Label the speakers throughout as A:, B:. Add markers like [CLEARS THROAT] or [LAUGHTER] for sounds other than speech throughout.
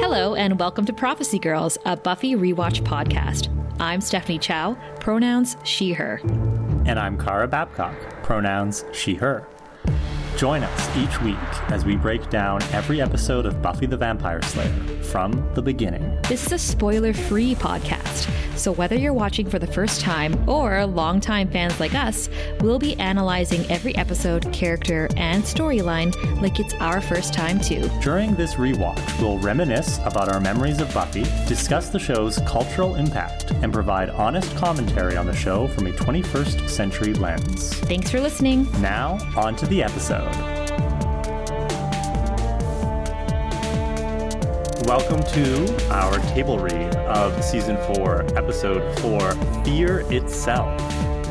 A: Hello, and welcome to Prophecy Girls, a Buffy rewatch podcast. I'm Stephanie Chow, pronouns she, her.
B: And I'm Kara Babcock, pronouns she, her. Join us each week as we break down every episode of Buffy the Vampire Slayer from the beginning.
A: This is a spoiler free podcast, so whether you're watching for the first time or longtime fans like us, we'll be analyzing every episode, character, and storyline like it's our first time too.
B: During this rewatch, we'll reminisce about our memories of Buffy, discuss the show's cultural impact, and provide honest commentary on the show from a 21st century lens.
A: Thanks for listening.
B: Now, on to the episode. Welcome to our table read of season four, episode four Fear Itself.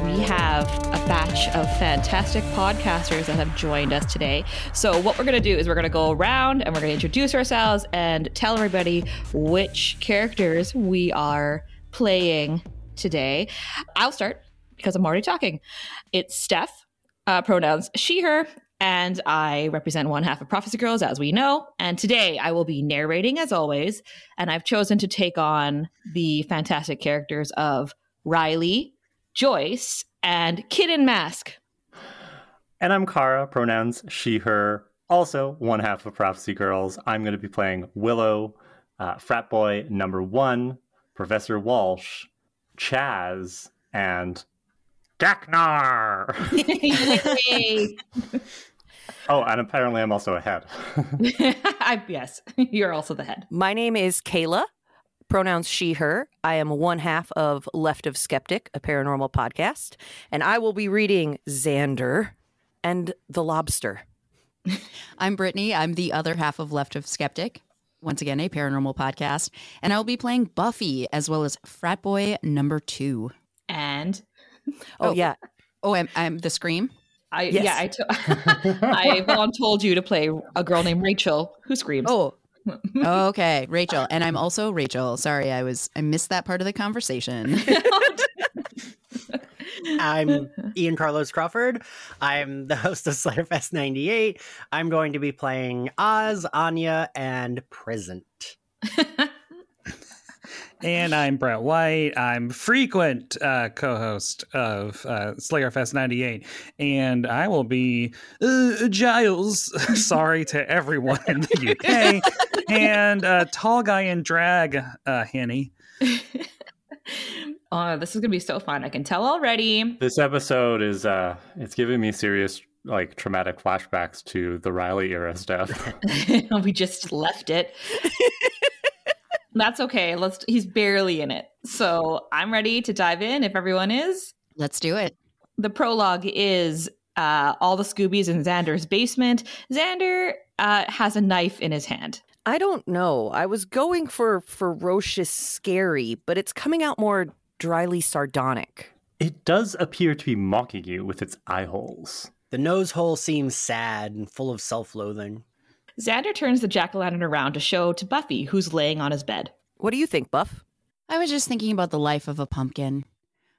C: We have a batch of fantastic podcasters that have joined us today. So, what we're going to do is we're going to go around and we're going to introduce ourselves and tell everybody which characters we are playing today. I'll start because I'm already talking. It's Steph, uh, pronouns she, her, and I represent one half of Prophecy Girls, as we know. And today I will be narrating, as always, and I've chosen to take on the fantastic characters of Riley, Joyce, and Kid in Mask.
B: And I'm Kara, pronouns she, her, also one half of Prophecy Girls. I'm going to be playing Willow, uh, frat boy number one, Professor Walsh, Chaz, and Gaknar. [LAUGHS]
C: Yay.
B: oh, and apparently I'm also a [LAUGHS] head.
C: [LAUGHS] I- yes, you're also the head.
D: My name is Kayla, pronouns she, her. I am one half of Left of Skeptic, a paranormal podcast, and I will be reading Xander and the Lobster.
E: I'm Brittany. I'm the other half of Left of Skeptic, once again, a paranormal podcast. And I'll be playing Buffy as well as Frat Boy number two.
C: And
D: Oh,
E: Oh.
D: yeah,
E: Oh, I'm, I'm the Scream.
C: I,
D: Yes.
C: yeah, I, to- [LAUGHS] I voluntold you to play a girl named Rachel who screams. [LAUGHS]
E: Oh, okay. Rachel. And I'm also Rachel. Sorry, I was, I missed that part of the conversation.
F: I'm Ian Carlos Crawford. I'm the host of Slayerfest 98. I'm going to be playing Oz, Anya, and Present.
G: And I'm Brett White. I'm frequent uh, co-host of uh, Slayerfest 98, and I will be uh, Giles. [LAUGHS] sorry to everyone in the UK, and uh, tall guy in drag, uh, Henny.
C: Oh, this is gonna be so fun. I can tell already. [LAUGHS]
B: this episode is uh it's giving me serious like traumatic flashbacks to the Riley era stuff.
C: we just left [LAUGHS] it. That's okay. Let's he's barely in it. So I'm ready to dive in if everyone is.
E: Let's do it.
C: the prologue is uh, all the Scoobies in Xander's basement. Xander uh, has a knife in his hand.
D: I don't know. I was going for ferocious, scary, but it's coming out more dryly sardonic.
B: [LAUGHS] it does appear to be mocking you with its eye holes.
F: The nose hole seems sad and full of self loathing.
C: Xander turns the jack o' lantern around to show to Buffy, who's laying on his bed.
D: What do you think, Buff?
E: I was just thinking about the life of a pumpkin.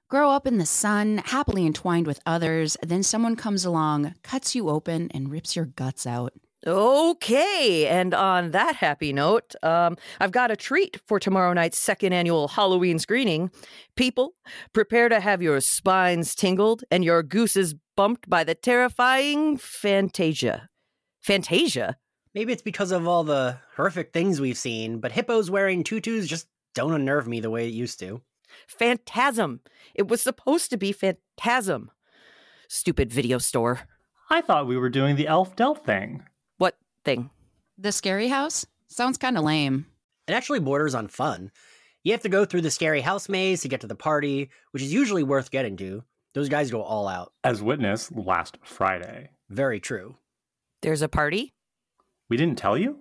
E: Grow up in the sun, happily entwined with others, then someone comes along, cuts you open, and rips your guts out.
D: Okay, and on that happy note, um, I've got a treat for tomorrow night's second annual Halloween screening. People, prepare to have your spines tingled and your gooses bumped by the terrifying Fantasia. Fantasia?
F: Maybe it's because of all the horrific things we've seen, but hippos wearing tutus just don't unnerve me the way it used to.
D: Phantasm. It was supposed to be Phantasm. Stupid video store.
B: I thought we were doing the elf del thing.
D: What thing?
E: The scary house? Sounds kind of lame.
F: It actually borders on fun. You have to go through the scary house maze to get to the party, which is usually worth getting to. Those guys go all out.
B: As witnessed last Friday.
F: Very true.
D: There's a party?
B: We didn't tell you?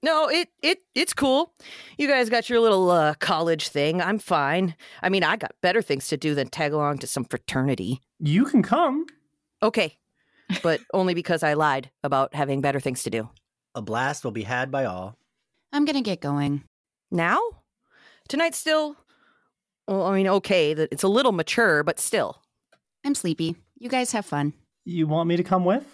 D: No, it it it's cool. You guys got your little uh, college thing. I'm fine. I mean, I got better things to do than tag along to some fraternity.
B: You can come.
D: Okay, but only because I lied about having better things to do.
F: A blast will be had by all.
E: I'm going to get going.
D: Now, tonight's still. Well, I mean, okay, that it's a little mature, but still.
E: I'm sleepy. You guys have fun.
B: You want me to come with?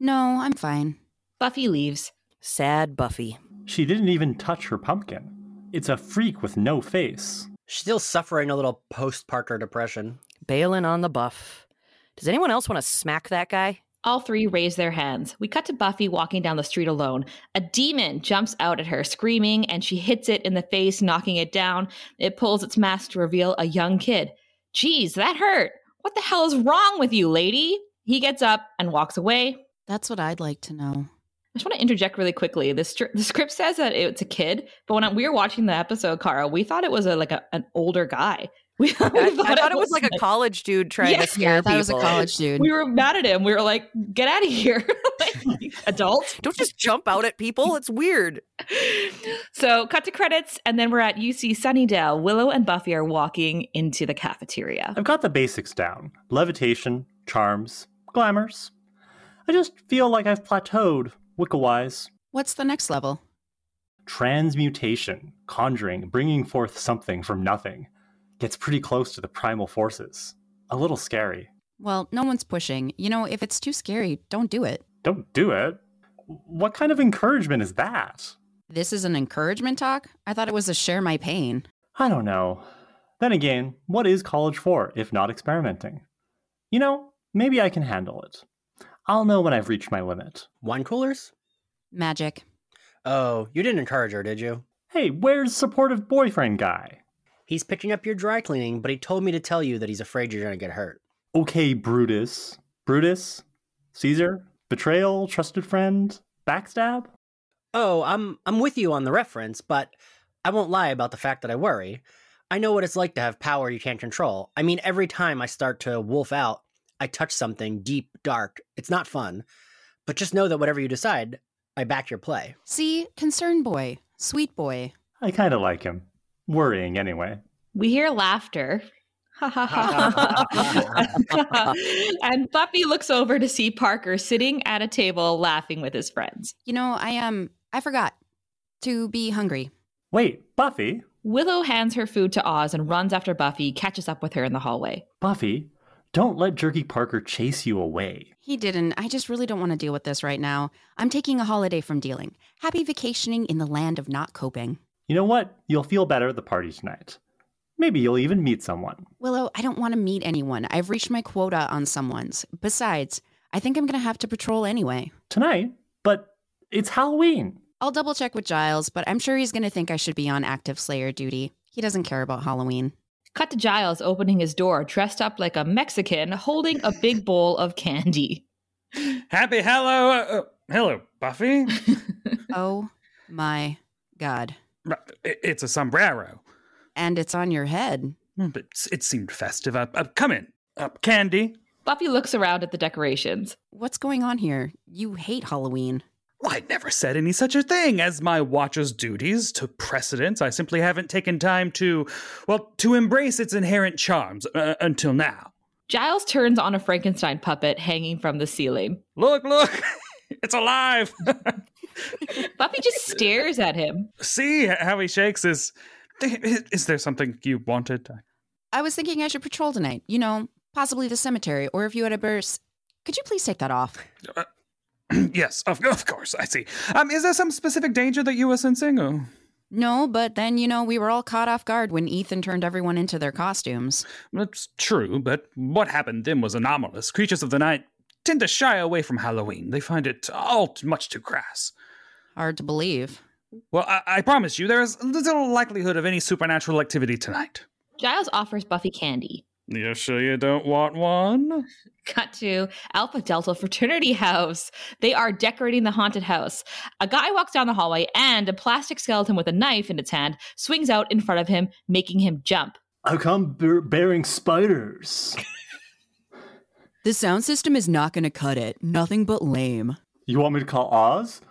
E: No, I'm fine.
C: Buffy leaves.
D: Sad Buffy.
B: She didn't even touch her pumpkin. It's a freak with no face.
F: Still suffering a little post Parker depression.
D: Balin on the buff. Does anyone else want to smack that guy?
C: All three raise their hands. We cut to Buffy walking down the street alone. A demon jumps out at her, screaming, and she hits it in the face, knocking it down. It pulls its mask to reveal a young kid. Geez, that hurt. What the hell is wrong with you, lady? He gets up and walks away.
E: That's what I'd like to know.
C: I just want to interject really quickly. The, stri- the script says that it's a kid, but when we were watching the episode, Carl, we thought it was a, like a, an older guy. [LAUGHS] We, we
D: I, I thought, it was like a college dude trying
C: Yeah,
D: to scare
E: Yeah, that was a
D: people.
E: college dude.
C: We were mad at him. We were like, "Get out of here, [LAUGHS] like, adult."
D: Don't just jump out at people. It's weird.
C: So, cut to credits, and then we're at UC Sunnydale. Willow and Buffy are walking into the cafeteria.
B: I've got the basics down levitation, charms, glamours. I just feel like I've plateaued, Wicca wise.
E: What's the next level?
B: Transmutation, conjuring, bringing forth something from nothing, gets pretty close to the primal forces. A little scary.
E: Well, no one's pushing. You know, if it's too scary, don't do it.
B: Don't do it. What kind of encouragement is that?
E: This is an encouragement talk? I thought it was a share my pain.
B: I don't know. Then again, what is college for if not experimenting? You know, maybe I can handle it. I'll know when I've reached my limit.
F: Wine coolers?
E: Magic.
F: Oh, you didn't encourage her, did you?
B: Hey, where's supportive boyfriend guy?
F: He's picking up your dry cleaning, but he told me to tell you that he's afraid you're going to get hurt.
B: Okay, Brutus. Brutus? Caesar? Betrayal? Trusted friend? Backstab?
F: Oh, I'm I'm with you on the reference, but I won't lie about the fact that I worry. I know what it's like to have power you can't control. I mean, every time I start to wolf out, I touch something deep, dark. It's not fun. But just know that whatever you decide, I back your play.
E: See, concern boy, sweet boy.
B: I kinda like him. Worrying, anyway.
C: We hear laughter. [LAUGHS]
D: [LAUGHS]
C: and Buffy looks over to see Parker sitting at a table laughing with his friends.
E: You know, I um I forgot to be hungry.
B: Wait, Buffy?
C: Willow hands her food to Oz and runs after Buffy, catches up with her in the hallway.
B: Buffy, don't let Jerky Parker chase you away.
E: He didn't. I just really don't want to deal with this right now. I'm taking a holiday from dealing. Happy vacationing in the land of not coping.
B: You know what? You'll feel better at the party tonight. Maybe you'll even meet someone.
E: Willow, I don't want to meet anyone. I've reached my quota on someone's. Besides, I think I'm going to have to patrol anyway.
B: Tonight? But it's Halloween.
E: I'll double check with Giles, but I'm sure he's going to think I should be on active Slayer duty. He doesn't care about Halloween.
C: Cut to Giles opening his door, dressed up like a Mexican, holding a big bowl of candy.
G: Happy hello, uh, uh, hello, Buffy.
E: Oh my God.
G: R- it- It's a sombrero.
E: And it's on your head.
G: Mm, But s- it seemed festive. Up, up, come in. Up, candy.
C: Buffy looks around at the decorations.
E: What's going on here? You hate Halloween.
G: Well, I never said any such a thing. As my watcher's duties took precedence, I simply haven't taken time to, well, to embrace its inherent charms uh, until now.
C: Giles turns on a Frankenstein puppet hanging from the ceiling.
G: Look, look, [LAUGHS] it's alive. [LAUGHS]
C: Buffy just stares at him.
G: See how he shakes his. Is there something you wanted? [CLEARS THROAT]
E: I was thinking I should patrol tonight, you know, possibly the cemetery, or if you had a burst. Could you please take that off?
G: yes, of, of course. I see. Um, is there some specific danger that you were sensing? Oh,
E: No, but then, you know, we were all caught off guard when Ethan turned everyone into their costumes.
G: that's true, but what happened then was anomalous. Creatures of the night tend to shy away from Halloween. They find it all too much too crass.
E: Hard to believe.
G: Well, I, I promise you, there is little likelihood of any supernatural activity tonight.
C: Giles offers Buffy candy.
G: You sure you don't want [LAUGHS] one?
C: Cut to Alpha Delta Fraternity House. They are decorating the haunted house. A guy walks down the hallway and a plastic skeleton with a knife in its hand swings out in front of him, making him jump.
B: I come bear- bearing spiders.
E: The sound system is not going to cut it. Nothing but lame.
B: You want me to call Oz?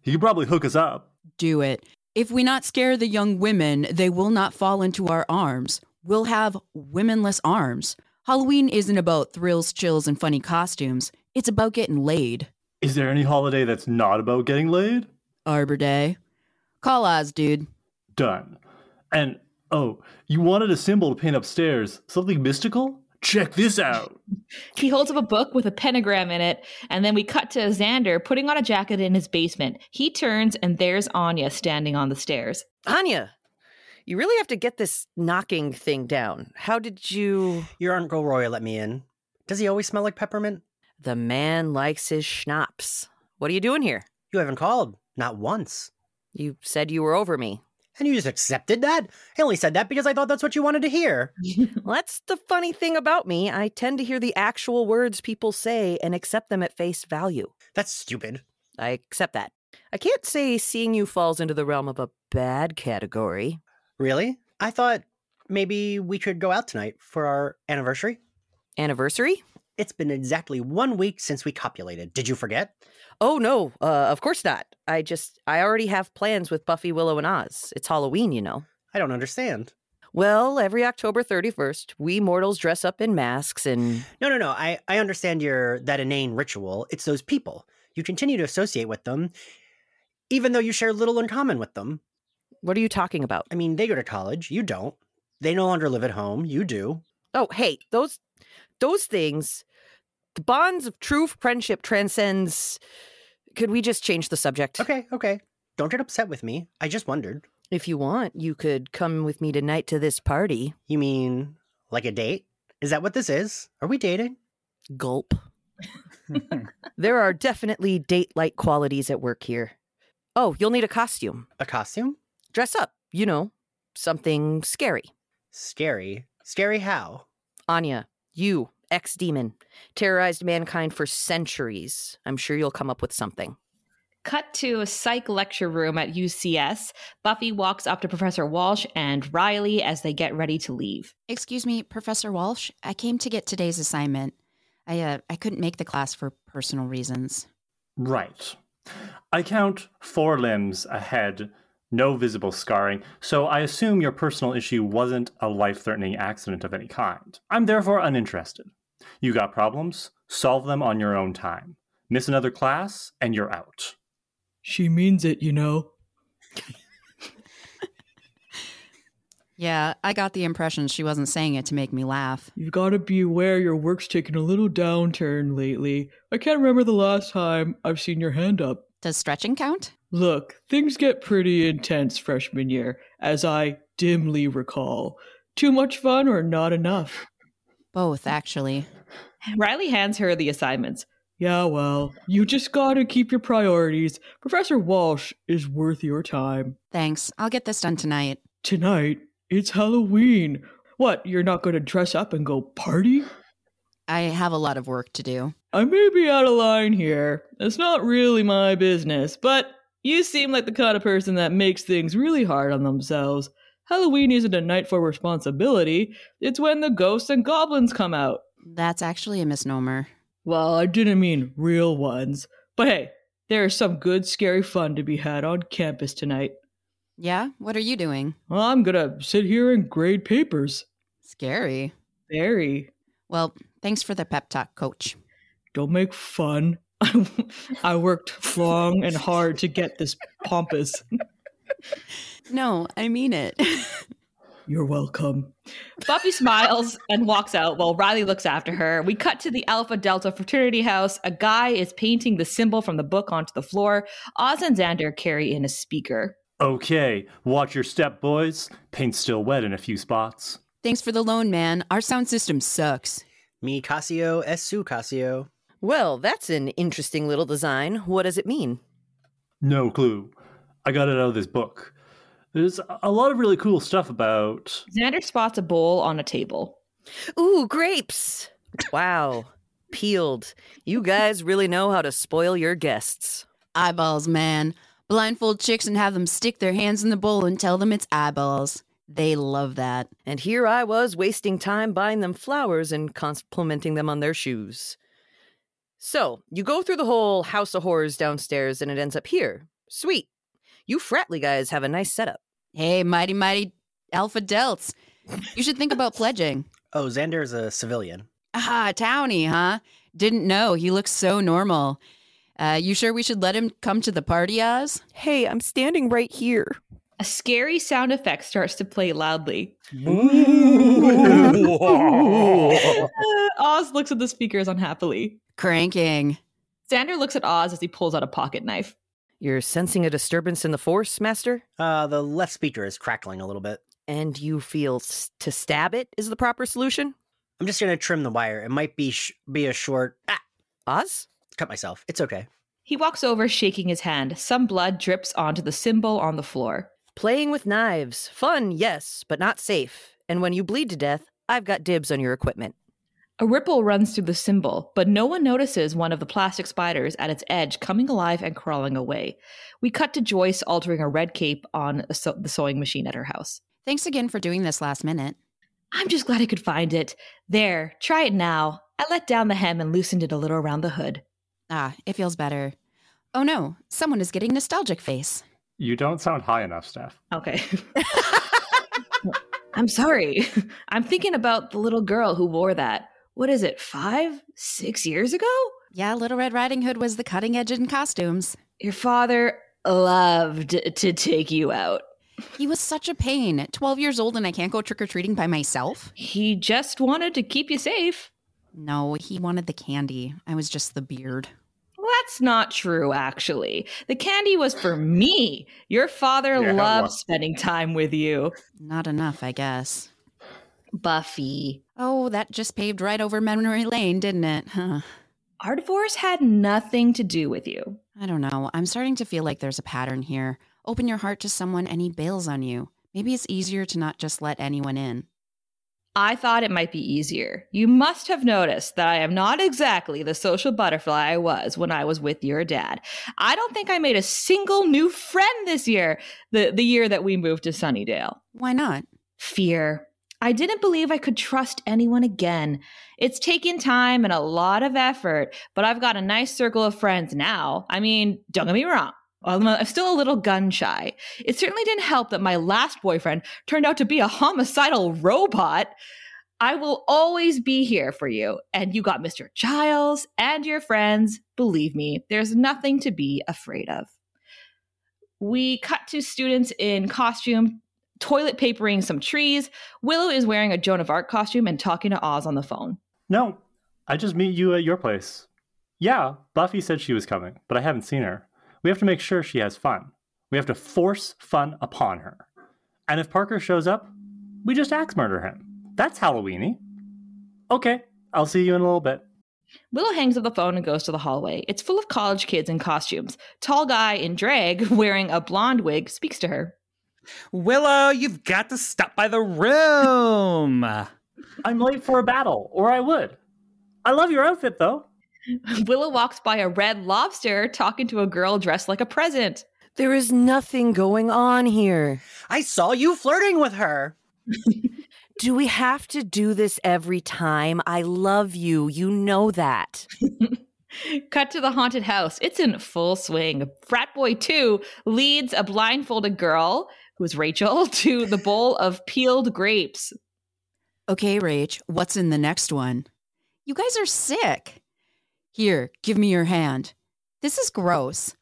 B: He could probably hook us up.
E: Do it. If we not scare the young women, they will not fall into our arms. We'll have womenless arms. Halloween isn't about thrills, chills, and funny costumes. It's about getting laid.
B: Is there any holiday that's not about getting laid?
E: Arbor Day. Call Oz, dude.
B: Done. And oh, you wanted a symbol to paint upstairs. Something mystical? check this out.
C: He holds up a book with a pentagram in it, and then we cut to Xander putting on a jacket in his basement. He turns, and there's Anya standing on the stairs.
D: Anya, you really have to get this knocking thing down. How did you?
F: Your Uncle Roy let me in. Does he always smell like peppermint?
D: The man likes his schnapps. What are you doing here?
F: You haven't called. Not once.
D: You said you were over me.
F: And you just accepted that? I only said that because I thought that's what you wanted to hear.
D: Well, that's the funny thing about me. I tend to hear the actual words people say and accept them at face value.
F: That's stupid.
D: I accept that. I can't say seeing you falls into the realm of a bad category.
F: Really? I thought maybe we could go out tonight for our anniversary.
D: Anniversary?
F: It's been exactly one week since we copulated. Did you forget?
D: Oh, no, uh, of course not. I just, I already have plans with Buffy, Willow, and Oz. It's Halloween, you know.
F: I don't understand.
D: Well, every October 31st, we mortals dress up in masks and.
F: No, no, no. I, I understand your that inane ritual. It's those people. You continue to associate with them, even though you share little in common with them.
D: What are you talking about?
F: I mean, they go to college. You don't. They no longer live at home. You do.
D: Oh, hey, those those things, the bonds of true friendship transcends. Could we just change the subject?
F: Okay, okay. Don't get upset with me. I just wondered.
D: If you want, you could come with me tonight to this party.
F: You mean like a date? Is that what this is? Are we dating?
D: Gulp. There are definitely date-like qualities at work here. Oh, you'll need a costume.
F: A costume?
D: Dress up, you know, something scary.
F: Scary. Scary how?
D: Anya, you, ex demon, terrorized mankind for centuries. I'm sure you'll come up with something.
C: Cut to a psych lecture room at UCS. Buffy walks up to Professor Walsh and Riley as they get ready to leave.
E: Excuse me, Professor Walsh. I came to get today's assignment. I uh, I couldn't make the class for personal reasons.
B: Right. I count four limbs, a head, no visible scarring, so I assume your personal issue wasn't a life threatening accident of any kind. I'm therefore uninterested. You got problems, solve them on your own time. Miss another class, and you're out.
H: She means it, you know.
E: Yeah, I got the impression she wasn't saying it to make me laugh.
H: You've got to be aware your work's taken a little downturn lately. I can't remember the last time I've seen your hand up.
E: Does stretching count?
H: Look, things get pretty intense freshman year, as I dimly recall. Too much fun or not enough?
E: Both, actually.
C: Riley hands her the assignments.
H: Yeah, well, you just gotta keep your priorities. Professor Walsh is worth your time.
E: Thanks. I'll get this done tonight.
H: Tonight, it's Halloween. What, you're not gonna dress up and go party?
E: I have a lot of work to do.
H: I may be out of line here. It's not really my business, but you seem like the kind of person that makes things really hard on themselves. Halloween isn't a night for responsibility, it's when the ghosts and goblins come out.
E: That's actually a misnomer.
H: Well, I didn't mean real ones. But hey, there is some good scary fun to be had on campus tonight.
E: Yeah? What are you doing?
H: Well, I'm gonna sit here and grade papers.
E: Scary.
H: Very.
E: Well, thanks for the pep talk, coach.
H: Don't make fun. [LAUGHS] I worked long and hard to get this pompous.
E: No, I mean it. [LAUGHS]
H: You're welcome.
C: Buffy smiles and walks out while Riley looks after her. We cut to the Alpha Delta fraternity house. A guy is painting the symbol from the book onto the floor. Oz and Xander carry in a speaker.
B: Okay, watch your step, boys. Paint's still wet in a few spots.
E: Thanks for the loan, man. Our sound system sucks.
F: Me Casio, es su Casio.
D: Well, that's an interesting little design. What does it mean?
B: No clue. I got it out of this book. There's a lot of really cool stuff about.
C: Xander spots a bowl on a table.
D: Ooh, grapes! Wow. Peeled. You guys really know how to spoil your guests.
E: Eyeballs, man. Blindfold chicks and have them stick their hands in the bowl and tell them it's eyeballs. They love that.
D: And here I was wasting time buying them flowers and complimenting them on their shoes. So, you go through the whole house of horrors downstairs and it ends up here. Sweet. You fratly guys have a nice setup.
E: Hey, mighty, mighty alpha delts. You should think about pledging.
F: Oh, Xander is a civilian.
E: Ah, Townie, huh? Didn't know. He looks so normal. Uh, you sure we should let him come to the party, Oz?
D: Hey, I'm standing right here.
C: a scary sound effect starts to play loudly. Oz looks at the speakers unhappily.
E: Cranking.
C: Xander looks at Oz as he pulls out a pocket knife.
D: You're sensing a disturbance in the force, Master?
F: Uh, the left speaker is crackling a little bit.
D: And you feel s- to stab it is the proper solution?
F: I'm just gonna trim the wire. It might be sh- be a short. Ah,
D: Oz?
F: cut myself. It's okay.
C: He walks over, shaking his hand. Some blood drips onto the symbol on the floor.
D: Playing with knives. Fun, yes, but not safe. And when you bleed to death, I've got dibs on your equipment.
C: A ripple runs through the symbol, but no one notices one of the plastic spiders at its edge coming alive and crawling away. We cut to Joyce altering a red cape on a sew- the sewing machine at her house.
E: Thanks again for doing this last minute.
C: I'm just glad I could find it. There, try it now. I let down the hem and loosened it a little around the hood.
E: Ah, it feels better. Oh no, someone is getting nostalgic face.
B: You don't sound high enough, Steph.
C: Okay. [LAUGHS] I'm sorry. [LAUGHS] I'm thinking about the little girl who wore that. What is it, five, six years ago?
E: Yeah, Little Red Riding Hood was the cutting edge in costumes.
C: Your father loved to take you out.
E: He was such a pain. 12 years old and I can't go trick or treating by myself.
C: He just wanted to keep you safe.
E: No, he wanted the candy. I was just the beard.
C: Well, that's not true, actually. The candy was for me. Your father
B: Yeah, it
C: loved
B: was.
C: spending time with you.
E: Not enough, I guess.
C: Buffy.
E: Oh, that just paved right over memory lane, didn't it? Huh.
C: Our divorce had nothing to do with you.
E: I don't know. I'm starting to feel like there's a pattern here. Open your heart to someone and he bails on you. Maybe it's easier to not just let anyone in.
C: I thought it might be easier. You must have noticed that I am not exactly the social butterfly I was when I was with your dad. I don't think I made a single new friend this year, the, the year that we moved to Sunnydale.
E: Why not?
C: Fear. I didn't believe I could trust anyone again. It's taken time and a lot of effort, but I've got a nice circle of friends now. I mean, don't get me wrong. I'm I'm still a little gun shy. It certainly didn't help that my last boyfriend turned out to be a homicidal robot. I will always be here for you. And you got Mr. Giles and your friends. Believe me, there's nothing to be afraid of. We cut to students in costume, toilet papering some trees. Willow is wearing a Joan of Arc costume and talking to Oz on the phone.
B: No, I just meet you at your place. Yeah, Buffy said she was coming, but I haven't seen her. We have to make sure she has fun. We have to force fun upon her. And if Parker shows up, we just axe murder him. That's Halloweeny. Okay, I'll see you in a little bit.
C: Willow hangs up the phone and goes to the hallway. It's full of college kids in costumes. Tall guy in drag [LAUGHS] wearing a blonde wig speaks to her. [LAUGHS]
G: Willow, you've got to stop by the room.
B: I'm late for a battle, or I would. I love your outfit, though.
C: Willow walks by a red lobster talking to a girl dressed like a present.
D: There is nothing going on here.
F: I saw you flirting with her.
D: Do we have to do this every time? I love you. You know that.
C: Cut to the haunted house. It's in full swing. Frat Boy 2 leads a blindfolded girl, who's Rachel, [LAUGHS] to the bowl of peeled grapes.
E: Okay, Rach, what's in the next one? You guys are sick. Here, give me your hand. This is gross.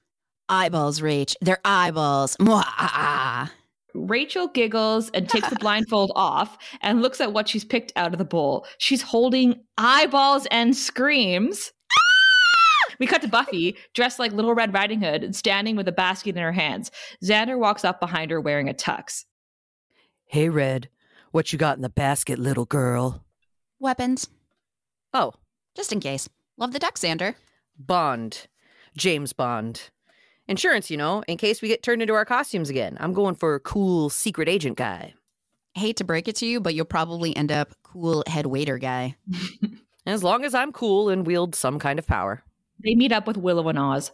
E: Eyeballs, Rach. They're eyeballs. Mwah, ah, ah.
C: Rachel giggles and takes the blindfold off and looks at what she's picked out of the bowl. She's holding eyeballs and screams. We cut to Buffy, dressed like Little Red Riding Hood, and standing with a basket in her hands. Xander walks up behind her wearing a tux.
D: Hey, Red, what you got in the basket, little girl?
E: Weapons,
D: Oh,
E: just in case. Love the duck, Xander.
D: Bond. James Bond. Insurance, you know, in case we get turned into our costumes again. I'm going for a cool secret agent guy.
E: Hate to break it to you, but you'll probably end up cool head waiter guy.
D: As long as I'm cool and wield some kind of power.
C: They meet up with Willow and Oz.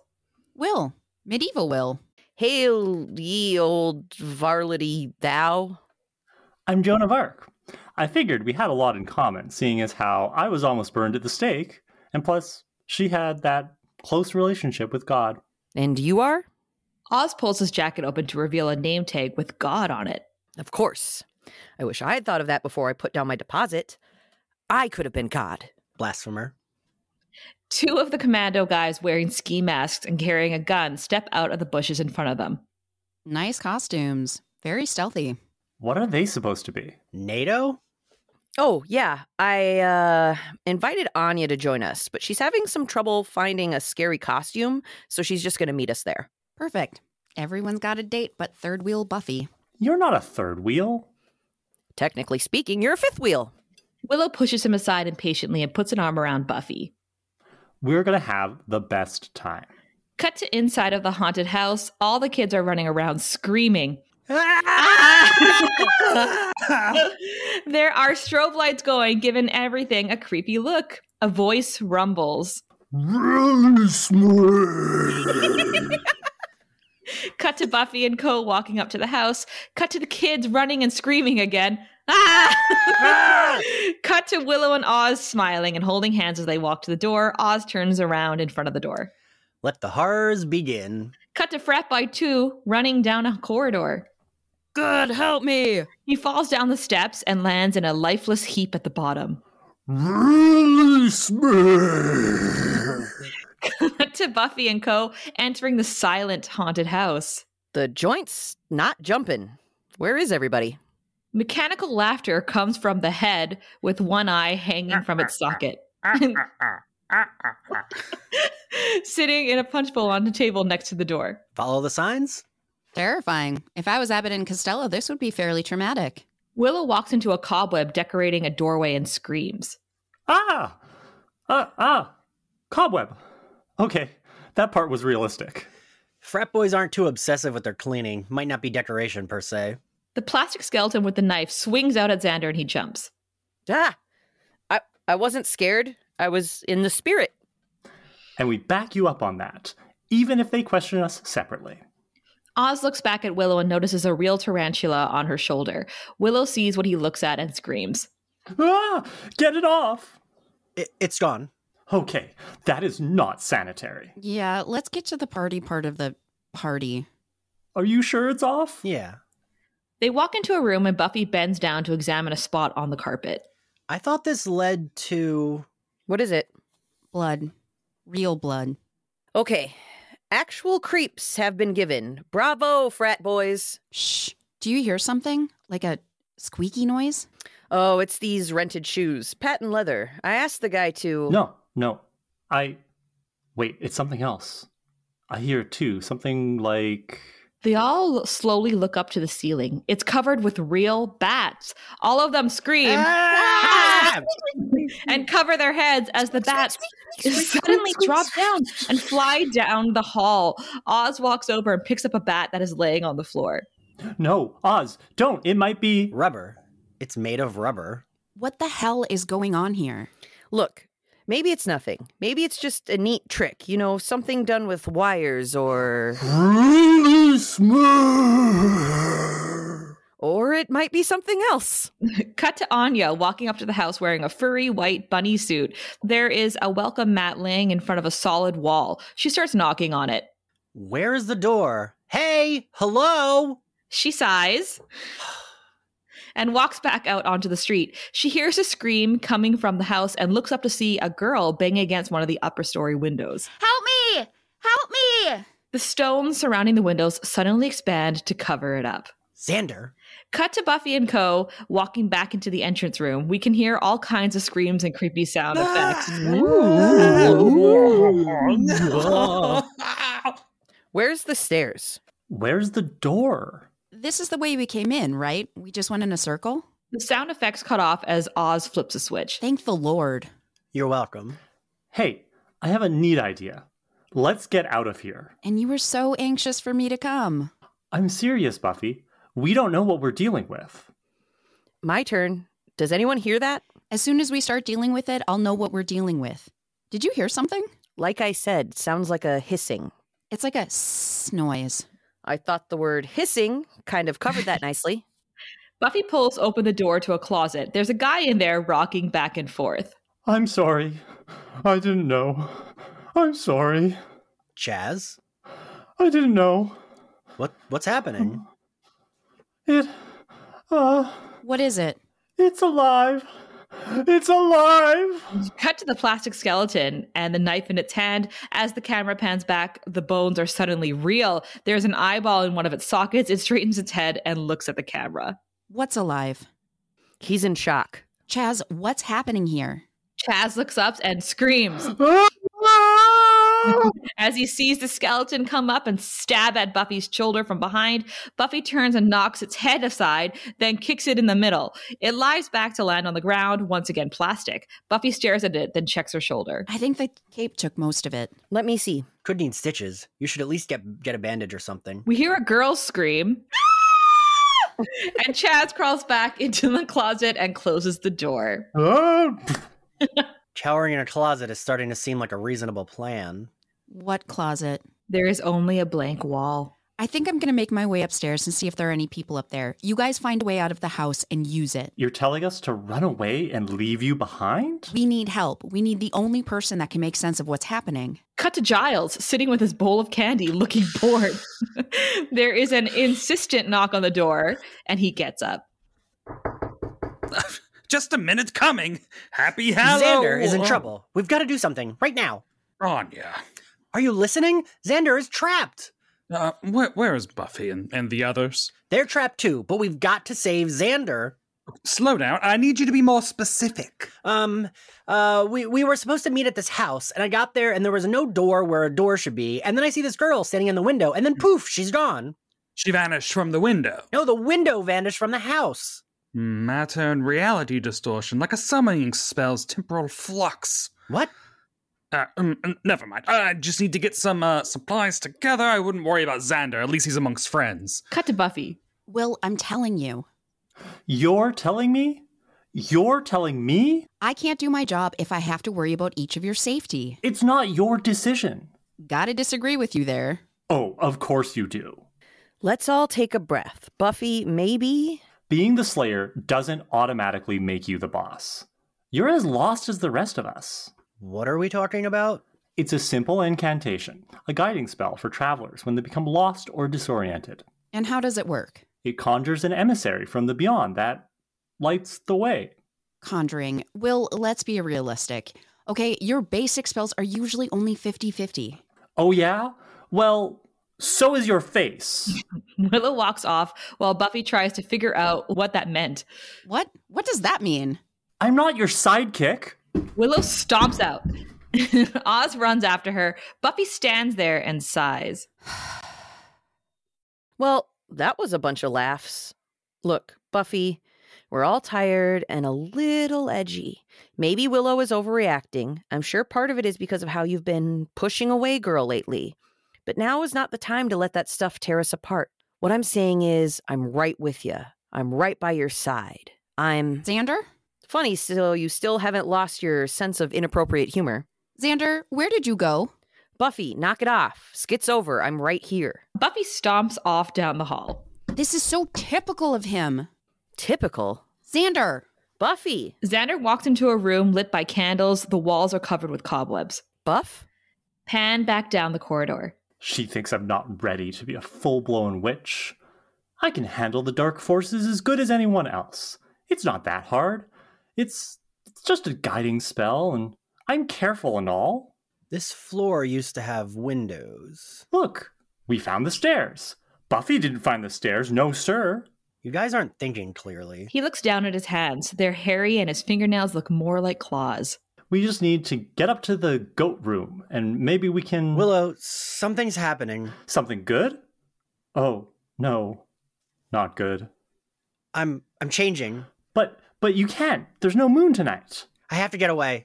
E: Will. Medieval Will.
D: Hail, ye old varlety thou.
B: I'm Joan of Arc. I figured we had a lot in common, seeing as how I was almost burned at the stake, and plus, she had that close relationship with God.
D: And you are?
C: Oz pulls his jacket open to reveal a name tag with God on it.
D: Of course. I wish I had thought of that before I put down my deposit. I could have been God.
F: Blasphemer.
C: Two of the commando guys wearing ski masks and carrying a gun step out of the bushes in front of them.
E: Nice costumes. Very stealthy.
B: What are they supposed to be?
F: NATO?
D: Oh, yeah. I uh, invited Anya to join us, but she's having some trouble finding a scary costume, so she's just going to meet us there.
E: Perfect. Everyone's got a date, but third wheel Buffy.
B: You're not a third wheel.
D: Technically speaking, you're a fifth wheel.
C: Willow pushes him aside impatiently and puts an arm around Buffy.
B: We're going to have the best time.
C: Cut to inside of the haunted house. All the kids are running around screaming. there are strobe lights going, giving everything a creepy look. A voice rumbles. Cut to Buffy and Co. walking up to the house. Cut to the kids running and screaming again. [LAUGHS] Ah! Cut to Willow and Oz smiling and holding hands as they walk to the door. Oz turns around in front of the door.
F: Let the horrors begin.
C: Cut to Frat Boy 2 running down a corridor.
E: Good, help me.
C: He falls down the steps and lands in a lifeless heap at the bottom. [LAUGHS] Cut to Buffy and Co. entering the silent haunted house.
D: The joint's not jumping. Where is everybody?
C: Mechanical laughter comes from the head with one eye hanging from its socket. [LAUGHS] Sitting in a punch bowl on the table next to the door.
F: Follow the signs?
E: Terrifying. If I was Abbott and Costello, this would be fairly traumatic.
C: Willow walks into a cobweb decorating a doorway and screams.
B: Ah! Ah, ah! Cobweb! Okay, that part was realistic.
F: Frat boys aren't too obsessive with their cleaning. Might not be decoration per se.
C: The plastic skeleton with the knife swings out at Xander and he jumps.
D: Ah, I, I wasn't scared. I was in the spirit.
B: And we back you up on that, even if they question us separately.
C: Oz looks back at Willow and notices a real tarantula on her shoulder. Willow sees what he looks at and screams.
B: Ah! Get it off!
F: It, it's gone.
B: Okay, that is not sanitary.
E: Yeah, let's get to the party part of the party.
B: Are you sure it's off?
F: Yeah.
C: They walk into a room and Buffy bends down to examine a spot on the carpet.
F: I thought this led to.
D: What is it?
E: Blood. Real blood.
D: Okay. Actual creeps have been given. Bravo, frat boys.
E: Shh. Do you hear something? Like a squeaky noise?
D: Oh, it's these rented shoes. Patent leather. I asked the guy to.
B: No, no. I. Wait, it's something else. I hear it too. Something like.
C: They all slowly look up to the ceiling. It's covered with real bats. All of them scream
F: Ah!
G: [LAUGHS]
C: and cover their heads as the bats suddenly drop down and fly down the hall. Oz walks over and picks up a bat that is laying on the floor.
B: No, Oz, don't. It might be.
F: Rubber. It's made of rubber.
E: What the hell is going on here?
D: Look, maybe it's nothing. Maybe it's just a neat trick. You know, something done with wires or. Or it might be something else.
C: Cut to Anya walking up to the house wearing a furry white bunny suit. There is a welcome mat laying in front of a solid wall. She starts knocking on it.
F: Where is the door? Hey, hello?
C: She sighs [SIGHS] and walks back out onto the street. She hears a scream coming from the house and looks up to see a girl banging against one of the upper story windows.
I: Help me! Help me!
C: The stones surrounding the windows suddenly expand to cover it up.
F: Xander.
C: Cut to Buffy and Co. walking back into the entrance room. We can hear all kinds of screams and
I: [GASPS]
C: creepy sound effects.
G: [LAUGHS]
D: Where's the stairs?
B: Where's the door?
E: This is the way we came in, right? We just went in a circle?
C: The sound effects cut off as Oz flips a switch.
E: Thank the Lord.
F: You're welcome.
B: Hey, I have a neat idea. Let's get out of here.
E: And you were so anxious for me to come.
B: I'm serious, Buffy. We don't know what we're dealing with.
D: My turn. Does anyone hear that?
E: As soon as we start dealing with it, I'll know what we're dealing with. Did you hear something?
D: Like I said, sounds like a hissing.
E: It's like a s noise.
D: I thought the word hissing kind of covered that nicely.
C: Buffy pulls open the door to a closet. There's a guy in there rocking back and forth.
B: I'm sorry. I didn't know. I'm sorry.
F: Chaz?
B: I didn't know.
F: What what's happening?
B: It. Uh.
E: What is it?
B: It's Uh, alive. It's alive.
C: Cut to the plastic skeleton and the knife in its hand. As the camera pans back, the bones are suddenly real. There's an eyeball in one of its sockets. It straightens its head and looks at the camera.
E: What's alive?
D: He's in shock.
E: Chaz, what's happening here?
C: Chaz looks up and screams as he sees the skeleton come up and stab at Buffy's shoulder from behind. Buffy turns and knocks its head aside, then kicks it in the middle. It lies back to land on the ground, once again plastic. Buffy stares at it, then checks her shoulder.
E: I think the cape took most of it.
D: Let me see.
F: Could need stitches. You should at least get get a bandage or something.
C: We hear a girl scream. and Chaz crawls back into the closet and closes the door.
B: Ah,
F: Cowering in a closet is starting to seem like a reasonable plan.
E: What closet?
C: There is only a blank wall.
E: I think I'm going to make my way upstairs and see if there are any people up there. You guys find a way out of the house and use it.
B: You're telling us to run away and leave you behind?
E: We need help. We need the only person that can make sense of what's happening.
C: Cut to Giles sitting with his bowl of candy looking [LAUGHS] bored. there is an insistent knock on the door and he gets up.
G: Just a minute coming. Happy
F: Xander
G: Halloween.
F: is in trouble. We've got to do something right now.
G: Anya.
F: Are you listening? Xander is trapped.
G: Uh, where, where is Buffy and, and the others?
F: They're trapped too, but we've got to save Xander.
G: Slow down. I need you to be more specific.
F: Um, uh, we, we were supposed to meet at this house, and I got there, and there was no door where a door should be. And then I see this girl standing in the window, and then poof, she's gone.
G: She vanished from the window.
F: No, the window vanished from the house.
G: Matter and reality distortion, like a summoning spell's temporal flux.
F: What?
G: Uh, um, um, never mind. I just need to get some uh, supplies together. I wouldn't worry about Xander. At least he's amongst friends.
C: Cut to Buffy.
E: Will, I'm telling you,
B: You're telling me? You're telling me?
E: I can't do my job if I have to worry about each of your safety.
B: It's not your decision.
E: Gotta disagree with you there.
B: Oh, of course you do.
D: Let's all take a breath. Buffy, maybe?
B: Being the Slayer doesn't automatically make you the boss. You're as lost as the rest of us.
F: What are we talking about?
B: It's a simple incantation, a guiding spell for travelers when they become lost or disoriented.
E: And how does it work?
B: It conjures an emissary from the beyond that lights the way.
E: Conjuring. Will, let's be realistic. Okay, your basic spells are usually only 50 50.
B: Oh, yeah? Well, so is your face.
C: Willow walks off while Buffy tries to figure out what that meant.
E: What? What does that mean?
B: I'm not your sidekick.
C: Willow stomps out. [LAUGHS] Oz runs after her. Buffy stands there and sighs.
D: Well, that was a bunch of laughs. Look, Buffy, we're all tired and a little edgy. Maybe Willow is overreacting. I'm sure part of it is because of how you've been pushing away girl lately. But now is not the time to let that stuff tear us apart. What I'm saying is, I'm right with you. I'm right by your side. I'm
E: Xander?
D: funny, still, you still haven't lost your sense of inappropriate humor.
E: Xander, where did you go?
D: Buffy, knock it off. Skits over. I'm right here.
C: Buffy stomps off down the hall.
E: This is so typical of him.
D: Typical.
E: Xander!
D: Buffy,
C: Xander walks into a room lit by candles. The walls are covered with cobwebs.
D: Buff,
C: Pan back down the corridor.
B: She thinks I'm not ready to be a full blown witch. I can handle the dark forces as good as anyone else. It's not that hard. It's, it's just a guiding spell, and I'm careful and all.
F: This floor used to have windows.
B: Look, we found the stairs. Buffy didn't find the stairs, no, sir.
F: You guys aren't thinking clearly.
C: He looks down at his hands. They're hairy and his fingernails look more like claws.
B: We just need to get up to the goat room, and maybe we can.
F: Willow, something's happening.
B: Something good? Oh, no. Not good.
F: I'm I'm changing.
B: But but you can't. There's no moon tonight.
F: I have to get away.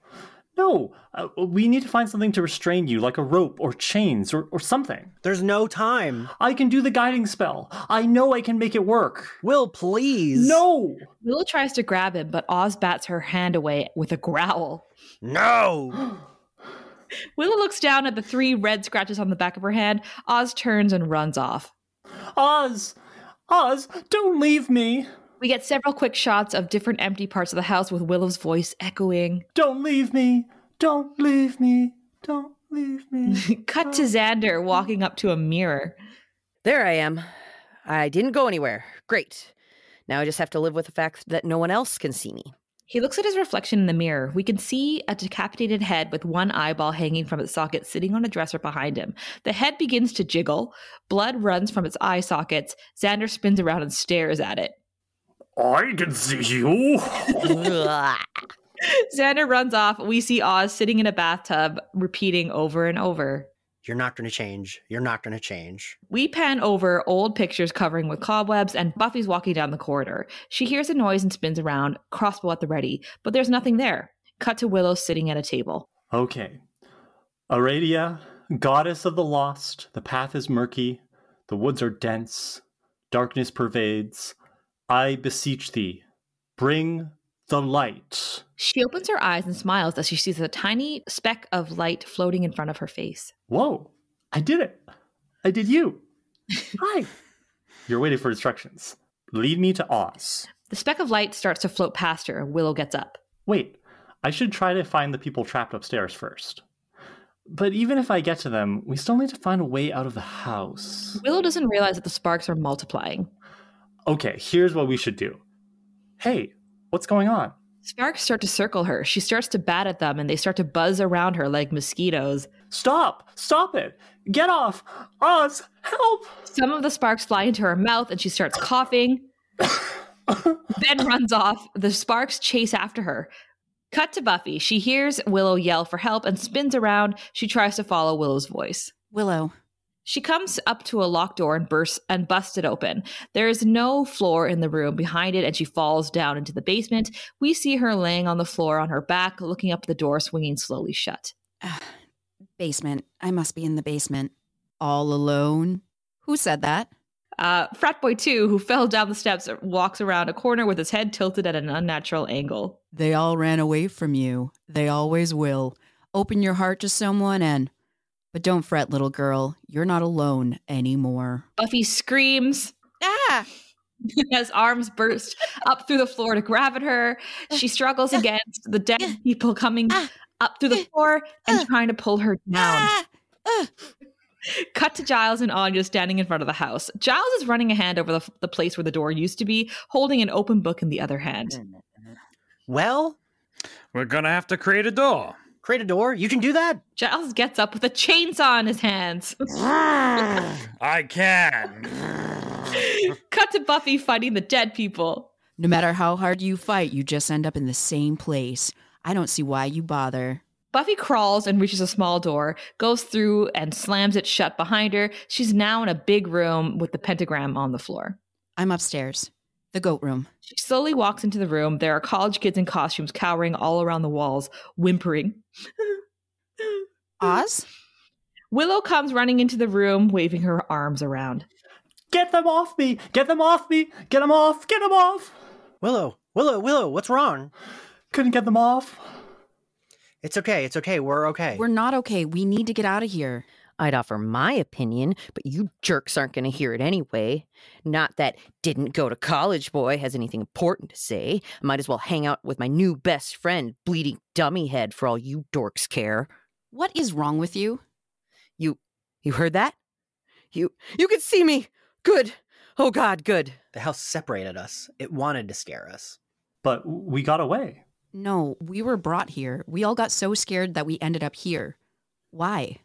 B: No, uh, we need to find something to restrain you, like a rope or chains or, or something.
F: There's no time.
B: I can do the guiding spell. I know I can make it work.
F: Will, please.
B: No!
C: Willow tries to grab him, but Oz bats her hand away with a growl.
F: No.
C: Willow looks down at the three red scratches on the back of her hand. Oz turns and runs off.
B: Oz! Oz, don't leave me!
C: We get several quick shots of different empty parts of the house with Willow's voice echoing. [LAUGHS]
B: Don't leave me! Don't leave me! Don't leave me!
C: Cut to Xander walking up to a mirror.
D: there I am. I didn't go anywhere. Great. Now I just have to live with the fact that no one else can see me.
C: He looks at his reflection in the mirror. We can see a decapitated head with one eyeball hanging from its socket sitting on a dresser behind him. The head begins to jiggle. Blood runs from its eye sockets. Xander spins around and stares at it. [LAUGHS]
B: I can see you.
C: Xander runs off. We see Oz sitting in a bathtub, repeating over and over.
F: You're not going to change. You're not going to change.
C: We pan over old pictures covering with cobwebs, and Buffy's walking down the corridor. She hears a noise and spins around, crossbow at the ready, but there's nothing there. Cut to Willow sitting at a table.
B: [LAUGHS] Okay. Aradia, goddess of the lost, the path is murky, the woods are dense, darkness pervades. I beseech thee, bring the light.
C: She opens her eyes and smiles as she sees a tiny speck of light floating in front of her face.
B: Whoa, I did it. I did you. Hi. You're waiting for instructions. Lead me to Oz.
C: The speck of light starts to float past her. Willow gets up.
B: Wait, I should try to find the people trapped upstairs first. But even if I get to them, we still need to find a way out of the house.
C: Willow doesn't realize that the sparks are multiplying.
B: Okay, here's what we should do. Hey, what's going on?
C: Sparks start to circle her. She starts to bat at them, and they start to buzz around her like mosquitoes.
B: Stop! Stop it! Get off! Oz, help!
C: Some of the sparks fly into her mouth and she starts coughing, then runs off. The sparks chase after her. Cut to Buffy. She hears Willow yell for help and spins around. She tries to follow Willow's voice.
E: Willow,
C: She comes up to a locked door and bursts and busts it open. There is no floor in the room behind it, and she falls down into the basement. We see her laying on the floor on her back, looking up at the door swinging slowly shut.
E: basement. I must be in the basement. All alone. Who said that?
C: Uh, frat boy two, who fell down the steps, walks around a corner with his head tilted at an unnatural angle.
E: They all ran away from you. They always will. Open your heart to someone and. But don't fret, little girl. You're not alone anymore.
C: Buffy screams [LAUGHS]
J: Ah!
C: as arms burst up through the floor to grab at her. She struggles against the dead people coming up through the floor and trying to pull her down.
J: Ah! Ugh.
C: Cut to Giles and Anya standing in front of the house. Giles is running a hand over the, the place where the door used to be, holding an open book in the other
F: Mm.
C: hand.
F: Well,
G: We're gonna have to create a door.
F: create a door. You can do that.
C: Giles gets up with a chainsaw in his hands.
G: I can.
C: Cut to Buffy fighting the dead people.
E: No matter how hard you fight, you just end up in the same place. I don't see why you bother.
C: Buffy crawls and reaches a small door, goes through and slams it shut behind her. She's now in a big room with the pentagram on the floor.
E: I'm upstairs. The goat room.
C: She slowly walks into the room. There are college kids in costumes cowering all around the walls, whimpering. Hmm.
E: Oz?
C: Willow comes running into the room, waving her arms around.
B: Get them off me! Get them off me! Get them off! Get them off!
F: Willow, Willow, Willow, what's wrong?
B: Couldn't get them off.
F: It's okay. It's okay. We're okay.
E: We're not okay. We need to get out of here.
D: I'd offer my opinion, but you jerks aren't going to hear it anyway. Not that didn't go to college boy has anything important to say. I might as well hang out with my new best friend, Bleeding Dummy Head, for all you dorks care.
E: What is wrong with you?
D: You heard that? You you can see me. Good. Oh god, good.
F: the house separated us. It wanted to scare us.
B: But we got away.
E: No, we were brought here. We all got so scared that we ended up here. Why?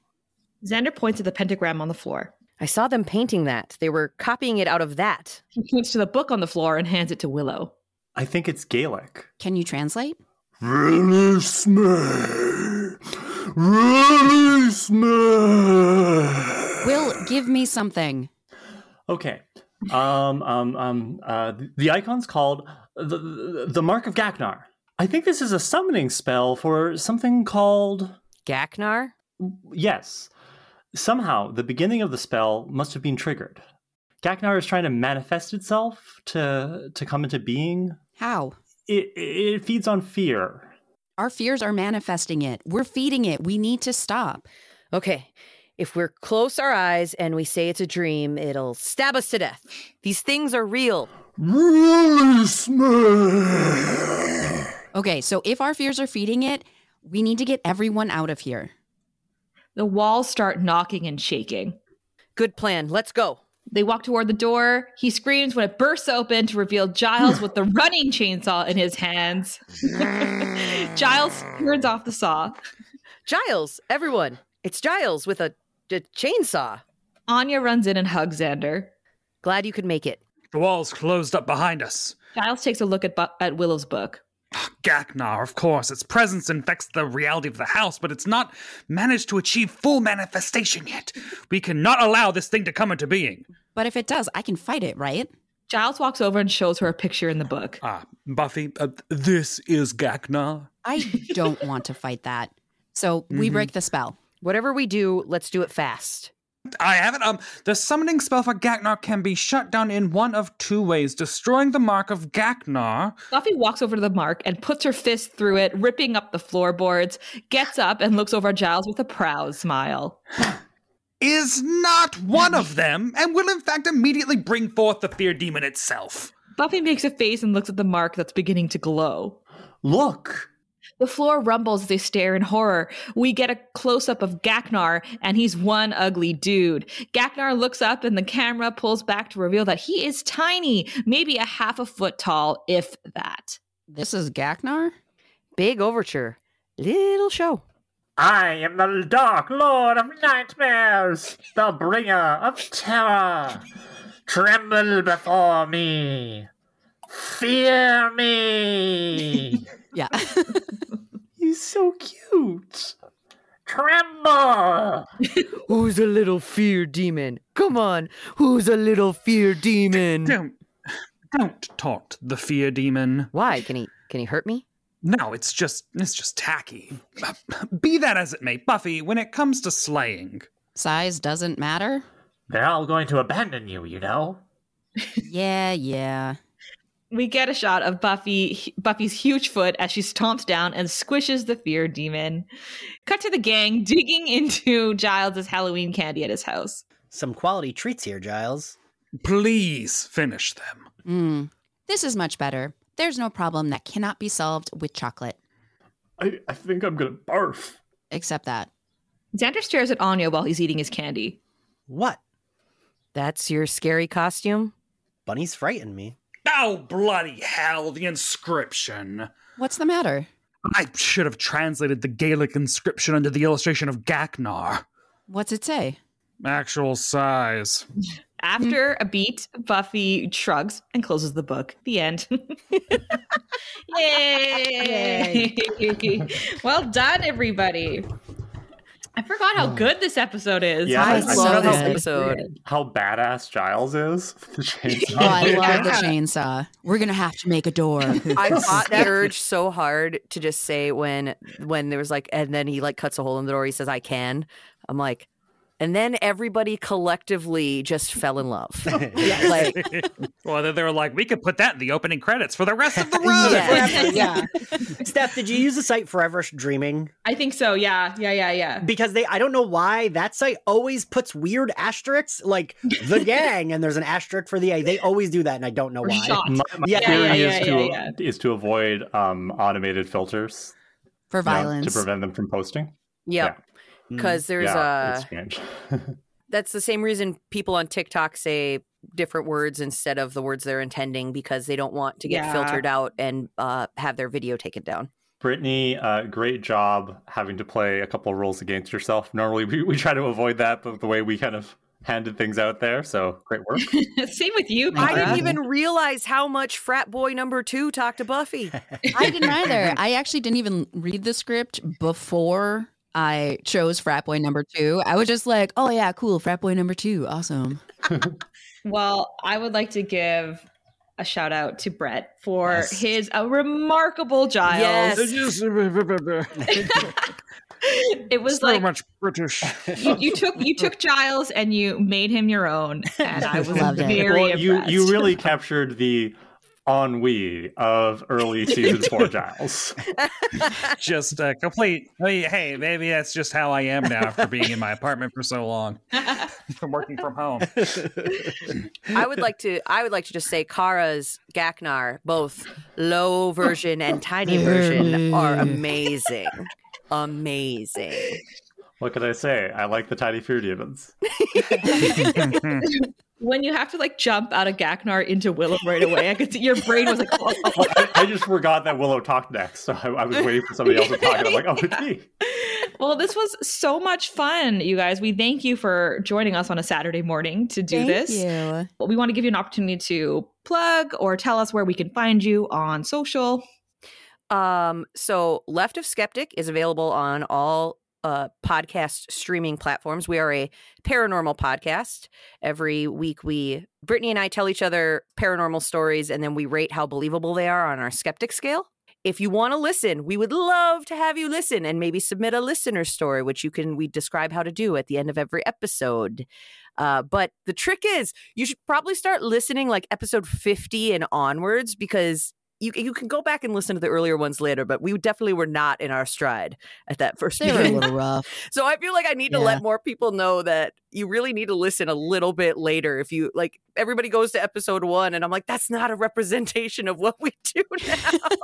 C: Xander points at the pentagram on the floor.
D: I saw them painting that. They were copying it out of that.
C: He points to the book on the floor and hands it to Willow.
B: I think it's Gaelic.
E: Can you translate?
B: Release me! Release me!
E: Will, give me something.
B: Okay. Um, um, um, uh, the icon's called the, the, the Mark of Gaknar. I think this is a summoning spell for something called.
D: Gaknar?
B: Yes. Somehow, the beginning of the spell must have been triggered. Gaknar is trying to manifest itself to to come into being.
E: How?
B: It, it feeds on fear.
E: Our fears are manifesting it. We're feeding it. We need to stop.
D: Okay. If we're close our eyes and we say it's a dream, it'll stab us to death. These things are real.
B: Release me!
E: Okay, so if our fears are feeding it, we need to get everyone out of here.
C: The walls start knocking and shaking.
D: Good plan. Let's go.
C: They walk toward the door. He screams when it bursts open to reveal Giles with the running chainsaw in his hands. [LAUGHS] Giles turns off the saw.
D: Giles, everyone, it's Giles with a, a chainsaw.
C: Anya runs in and hugs Xander.
D: Glad you could make it.
G: The wall's closed up behind us.
C: Giles takes a look at, bu- at Willow's book.
G: Gaknar, of course, its presence infects the reality of the house, but it's not managed to achieve full manifestation yet. We cannot allow this thing to come into being.
E: But if it does, I can fight it, right?
C: Giles walks over and shows her a picture in the book.
G: Ah, Buffy, uh, this is Gaknar.
E: [LAUGHS] I don't want to fight that. So we
G: Mhm.
E: break the spell.
D: Whatever we do, let's do it fast.
G: I have it. Um, the summoning spell for Gaknar can be shut down in one of two ways: destroying the mark of Gaknar.
C: Buffy walks over to the mark and puts her fist through it, ripping up the floorboards, gets up and looks over at Giles with a proud smile.
G: Is not one of them, and will in fact immediately bring forth the fear demon itself.
C: Buffy makes a face and looks at the mark that's beginning to glow.
B: Look,
C: The floor rumbles as they stare in horror. We get a close up of Gaknar, and he's one ugly dude. Gaknar looks up, and the camera pulls back to reveal that he is tiny, maybe a half a foot tall, if that.
E: This is Gaknar?
D: Big overture, little show.
B: I am the Dark Lord of Nightmares, the bringer of terror. Tremble before me. Fear me.
E: Yeah.
B: [LAUGHS]
E: [LAUGHS]
B: He's so cute. Tremble.
D: Who's a little fear demon? Come on, who's a little fear demon?
G: Don't, don't taunt the fear demon.
D: Why? Can he can he hurt me?
G: No, it's just it's just tacky. Be that as it may, Buffy, when it comes to slaying,
E: Size doesn't matter?
B: They're all going to abandon you, you know.
E: Yeah, yeah.
C: We get a shot of Buffy Buffy's huge foot as she stomps down and squishes the fear demon. Cut to the gang digging [LAUGHS] into Giles' Halloween candy at his house.
F: Some quality treats here, Giles.
G: please finish them.
E: Mm. This is much better. There's no problem that cannot be solved with chocolate,
B: I, I think I'm gonna barf.
E: except that.
C: Xander stares at Anya while he's eating his candy.
F: What?
D: That's your scary costume?
F: Bunnies frighten me. [LAUGHS]
G: Oh bloody hell! The inscription.
E: What's the matter?
G: I should have translated the Gaelic inscription under the illustration of Gaknar.
E: What's it say?
G: Actual [LAUGHS] size.
C: After a beat, Buffy shrugs and closes the book. The end. [LAUGHS] [LAUGHS] Yay! well done, everybody. I forgot how good this episode is.
B: Yeah, I, I
E: love
B: forgot
E: this
B: how-
D: episode.
B: How badass Giles [LAUGHS] is with the chainsaw. [LAUGHS]
E: Oh, I love the chainsaw. We're going to have to make a [LAUGHS] door.
D: I fought that urge so hard to just say when when there was like and then he like cuts a hole in the door, he says, I can. I'm like and then everybody collectively just fell
B: [LAUGHS]
D: in love. [LAUGHS] like
G: Well, they- they were like, we could put that in the opening credits for the rest [LAUGHS] of the run.
D: yeah.
E: yeah.
F: [LAUGHS] Steph, did you use the site Forever Dreaming?
C: [LAUGHS] I think so. Yeah, yeah, yeah, yeah.
F: Because they, I don't know why that site always puts weird asterisks, like the gang, and there's an asterisk for the A. They always do that, and I don't know
C: We're
F: why.
C: shocked.
B: My, my
F: Yeah,
B: theory
F: yeah,
C: yeah,
B: is,
C: yeah,
B: to,
C: yeah.
B: is to avoid um, automated filters
E: For
B: you know,
E: violence.
B: to prevent them from posting.
D: Yep.
F: Mm.
D: Cause there's
B: yeah,
D: a
B: it's strange. [LAUGHS]
D: that's the same reason people on TikTok say different words instead of the words they're intending because they don't want to get
C: Yeah.
D: filtered out and uh, have their video taken down.
B: Brittany, uh, great job having to play a couple of rules against yourself. Normally, we, we try to avoid that, but the way we kind of handed things out there, so great work.
C: [LAUGHS] Same with you.
E: Thank
D: I
C: Barbara.
D: didn't even realize how much frat boy number two talked to Buffy.
E: I didn't either. I actually didn't even read the script before I chose frat boy number two. I was just like, oh, yeah, cool. Frat boy number two. [LAUGHS] Awesome.
C: Well, I would like to give a shout out to Brett for
F: Yes.
C: his a remarkable Giles.
D: Yes.
G: [LAUGHS]
C: It was
G: so
C: like
G: much British.
C: you, you took you took Giles and you made him your own, and
E: [LAUGHS]
C: I was
E: Loved it.
C: very
B: well, you
C: impressed.
B: you really captured the ennui of early season four Giles.
G: [LAUGHS] just uh, complete. I mean, hey, maybe that's just how I am now after being in my apartment for so long, from working from home. [LAUGHS]
D: I would like to. I would like to just say Kara's Gaknar, both low version and tiny version, are amazing. Amazing.
B: What could I say? I like the tidy fear demons.
C: [LAUGHS] when you have to like jump out of Gaknar into Willow right away, I could see your brain was like, oh, oh, oh. [LAUGHS]
B: Well, I, I just forgot that Willow talked next, so I, I was waiting for somebody else to talk. And I'm like, oh, it's me.
C: well, this was so much fun, you guys. We thank you for joining us on a Saturday morning to do
E: Thank
C: this.
E: you.
C: But we want to give you an opportunity to plug or tell us where we can find you on social.
D: Um, so Left of Skeptic is available on all uh, podcast streaming platforms. We are a paranormal podcast. Every week, we Brittany and I tell each other paranormal stories, and then we rate how believable they are on our skeptic scale. If you want to listen, we would love to have you listen and maybe submit a listener story, which you can we describe how to do at the end of every episode. Uh, but the trick is, you should probably start listening like episode fifty and onwards because you you can go back and listen to the earlier ones later, but we definitely were not in our stride at that first
E: They were a
D: meeting.
E: [LAUGHS] little rough.
D: So I feel like I need to
E: Yeah.
D: let more people know that you really need to listen a little bit later. If you like, everybody goes to episode one, and I'm like, that's not a representation of what we do [LAUGHS] now.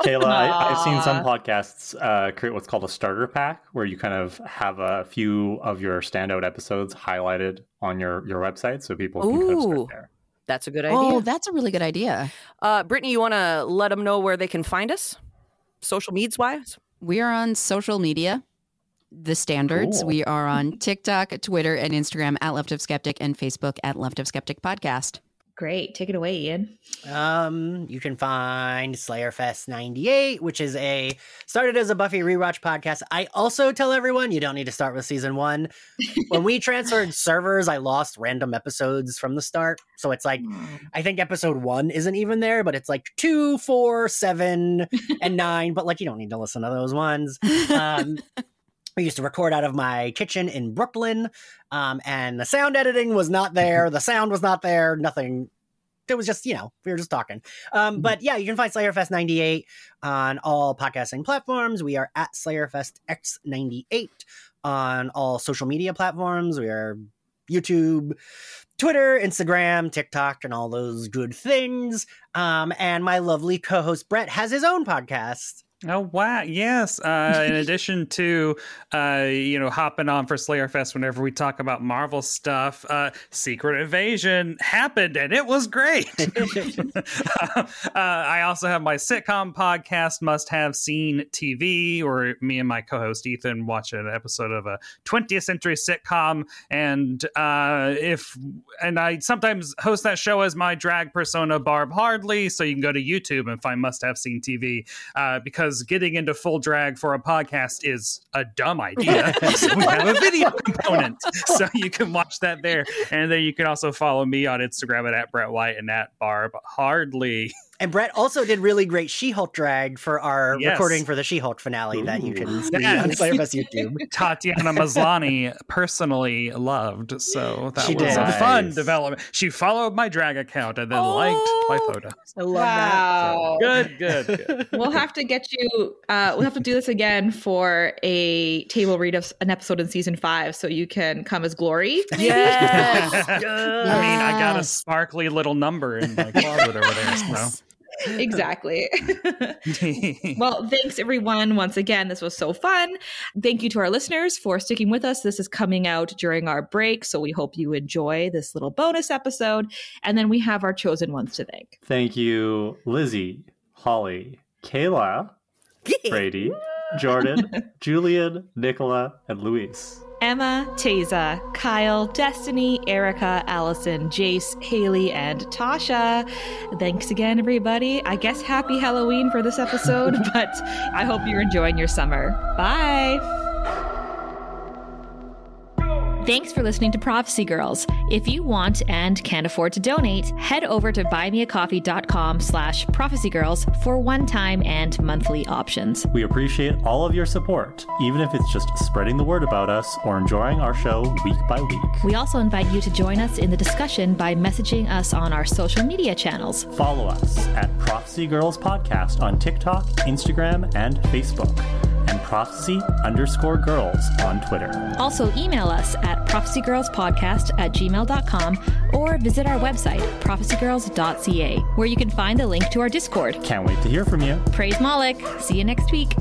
B: Kayla, I, I've seen
C: Aw.
B: some podcasts uh, create what's called a starter pack, where you kind of have a few of your standout episodes highlighted on your your website, so people can kind of
D: Ooh.
B: start there.
D: that's a good idea.
E: Oh, that's a really good idea.
D: uh, Brittany, you want to let them know where they can find us, social medias wise?
E: We are on social media, the standards.
B: Cool.
E: We are on [LAUGHS] TikTok, Twitter, and Instagram at Left of Skeptic and Facebook at Left of Skeptic Podcast.
C: Great. Take it away, Ian.
F: Um, you can find Slayerfest 98, which is a started as a Buffy rewatch podcast. I also tell everyone you don't need to start with season 1. When we transferred servers, I lost random episodes from the start. So it's
C: Hmm.
F: like I think episode 1 isn't even there, but it's like two, four, seven, and 9, but like you don't need to listen to those ones. Um I used to record out of my kitchen in Brooklyn, um, and the sound editing was not there. The sound was not there. Nothing. It was just you know we were just talking. Um, but yeah, you can find Slayerfest ninety eight on all podcasting platforms. We are at Slayerfest X ninety eight on all social media platforms. We are YouTube, Twitter, Instagram, TikTok, and all those good things. Um, and my lovely co-host Brett has his own podcast.
G: Oh wow! Yes. Uh, in addition to uh, you know hopping on for Slayerfest whenever we talk about Marvel stuff, uh, Secret Invasion happened and it was great. [LAUGHS] uh, I also have my sitcom podcast, Must Have Seen TV, where me and my co-host Ethan watch an episode of a 20th century sitcom, and uh, if and I sometimes host that show as my drag persona, Barb Hardley. So you can go to YouTube and find Must Have Seen TV uh, because getting into full drag for a podcast is a dumb idea. [LAUGHS] so we have a video component. So you can watch that there. And then you can also follow me on Instagram at, at Brett White and at Barb Hardley.
F: And Brett also did really great She-Hulk drag for our
G: Yes.
F: recording for the She-Hulk finale that you can see
G: Yes.
F: [LAUGHS] on Slayerfest YouTube.
G: Tatiana Maslany personally loved. So that
F: She
G: was
F: did.
G: a fun
B: Nice.
G: development. She followed my drag account and then liked my photo.
F: I love Oh.
C: Wow.
G: Good, good, good.
C: we'll have to get you uh we'll have to do this again for a table read of s- an episode in season five so you can come as glory
D: Yes.
G: I mean, I got a
E: Yes.
G: sparkly little number in my closet over there. [LAUGHS] So.
C: exactly
G: [LAUGHS]
C: well thanks everyone once again this was so fun thank you to our listeners for sticking with us this is coming out during our break so we hope you enjoy this little bonus episode and then we have our chosen ones to thank
B: Thank you, Lizzie, Holly, Kayla,
F: [LAUGHS]
B: Brady, Jordan, Julian, Nicola, and Luis.
C: Emma, Teza, Kyle, Destiny, Erica, Allison, Jace, Haley, and Tasha. Thanks again, everybody. I guess happy Halloween for
A: [LAUGHS]
C: this episode, but I hope you're enjoying your summer. Bye.
A: Thanks for listening to Prophecy Girls. If you want and can afford to donate, head over to buymeacoffee.com slash prophecygirls for one-time and monthly options.
B: We appreciate all of your support, even if it's just spreading the word about us or enjoying our show week by week.
A: We also invite you to join us in the discussion by messaging us on our social media channels.
B: Follow us at Prophecy Girls Podcast on TikTok, Instagram, and Facebook, and Prophecy underscore girls on Twitter.
A: Also email us at prophecygirlspodcast at gmail.com or visit our website, prophecygirls.ca, where you can find the link to our Discord.
B: Can't wait to hear from you.
A: Praise Moloch! See you next week.